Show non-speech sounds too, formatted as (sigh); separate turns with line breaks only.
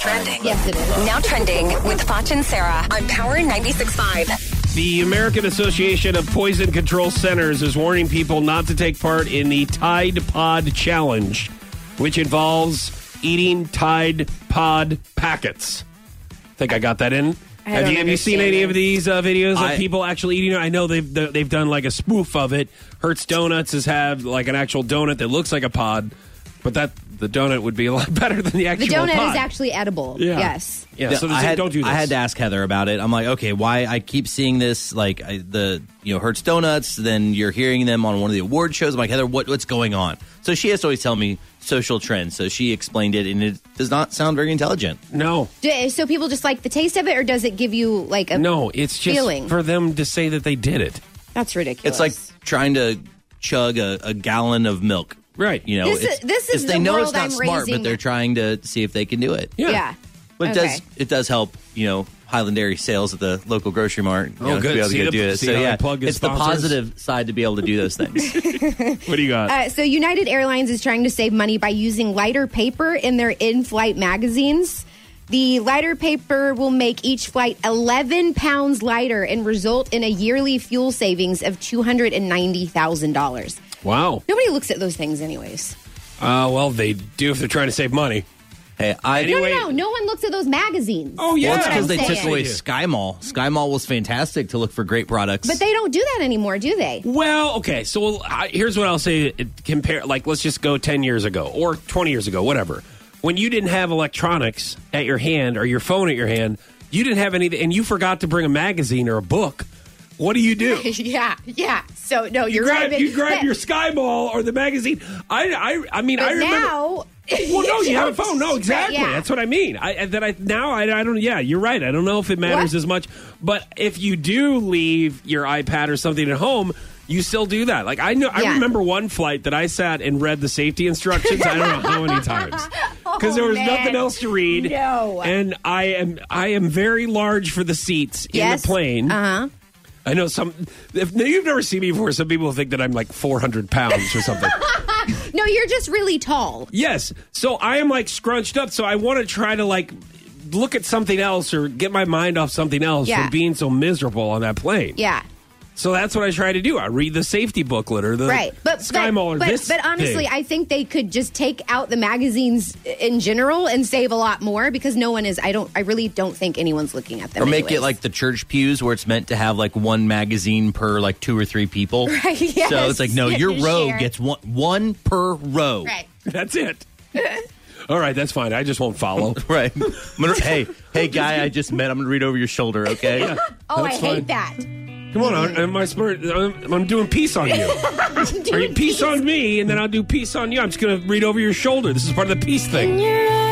trending.
Yes, it is.
Now trending with Foch and Sarah on Power 96.5.
The American Association of Poison Control Centers is warning people not to take part in the Tide Pod Challenge, which involves eating Tide Pod packets. think I got that in.
I
have
don't
you have you seen
understand
any of
it.
these uh, videos of
I-
people actually eating it? I know they've they've done like a spoof of it. Hertz Donuts has had like an actual donut that looks like a pod, but that the donut would be a lot (laughs) better than the
The
actual
donut
pod.
is actually edible.
yeah.
Yes.
Yeah,
Yeah,
so
I
this-
had,
don't do this.
I had to ask Heather about it. I'm like, okay, why I keep seeing this, like I, the you know Hertz Donuts. Then you're hearing them on one of the award shows. I'm like, Heather, what what's going on? So she has to always tell me social trends. So she explained it, and it does not sound very intelligent.
no.
Do- so people just like the taste of it, or does it give you like a
No, it's just
feeling?
for them to say that they did it.
That's ridiculous.
It's like trying to chug a, a gallon of milk.
Right.
You know,
This is-
it's,
this is
it's-
the
they know it's
world
not
I'm
smart,
raising-
but they're trying to see if they can do it.
yeah.
But it does
Okay.
it does help, you know, Highland Dairy sales at the local grocery mart. You
Oh,
know, to
good.
be able to
See
go
the-
do it.
see
So
how they
yeah,
plug the
it's the
sponsors?
positive side to be able to do those
(laughs)
things.
What do you got?
Uh, so United Airlines is trying to save money by using lighter paper in their in-flight magazines. The lighter paper will make each flight 11 pounds lighter and result in a yearly fuel savings of $290,000.
wow.
Nobody looks at those things anyways.
Uh, well, they do if they're trying to save money.
hey, I
No,
Anyway-
no, no. No one looks at those magazines.
Oh, yeah.
Well, it's because
That's what
they
I'm
took
saying.
away Sky Mall. Sky Mall was fantastic to look for great products.
But they don't do that anymore, do they?
Well, okay. So well, I, here's what I'll say. It- Compare, like, let's just go 10 years ago or 20 years ago, whatever. When you didn't have electronics at your hand or your phone at your hand, you didn't have anything, and you forgot to bring a magazine or a book. What do you
(laughs)
do?
yeah, yeah. So no, you're
grab,
right. but-
you grab
but-
your Sky Ball or the magazine. I, I, I mean, I
But
remember.
now,
(laughs) well, no, you have a
(laughs) don't.
phone. No,
Right,
exactly.
yeah.
That's what I mean. I I- that I now I, I don't. Yeah, you're right. I don't know if it matters
What?
as much, but if you do leave your iPad or something at home. You still do that. Like I know I
Yeah.
remember one flight that I sat and read the safety instructions I don't know how many times. Because there was
(laughs) Oh, man.
nothing else to read.
No.
And I am I am very large for the seats in
Yes.
the plane.
Uh-huh.
I know some if you've never seen me before, some people think that I'm like four hundred pounds or something.
(laughs) No, you're just really tall.
Yes. So I am like scrunched up. So I want to try to like look at something else or get my mind off something else
Yeah.
from being so miserable on that plane.
Yeah.
So that's what I try to do. I read the safety booklet or the
Right, but
Sky
but,
Mall or
but,
this.
but honestly,
thing.
I think they could just take out the magazines in general and save a lot more because no one is. I don't. I really don't think anyone's looking at them.
or make it
anyways.
like the church pews where it's meant to have like one magazine per like two or three people.
(laughs) Right, yes.
So it's like no, your
You
row
share.
gets one one per row.
right.
(laughs) that's it. All right, that's fine. I just won't follow.
Right. (laughs) I'm gonna- hey, hey guy I just met, I'm gonna read over your shoulder, okay?
(laughs) Oh,
That's
I
fine.
hate that.
Come on, I'm, I'm my spirit. I'm, I'm doing peace on
(laughs)
you. Are you peace on me, and then I'll do peace on you. I'm just going to read over your shoulder. This is part of the peace thing.
You're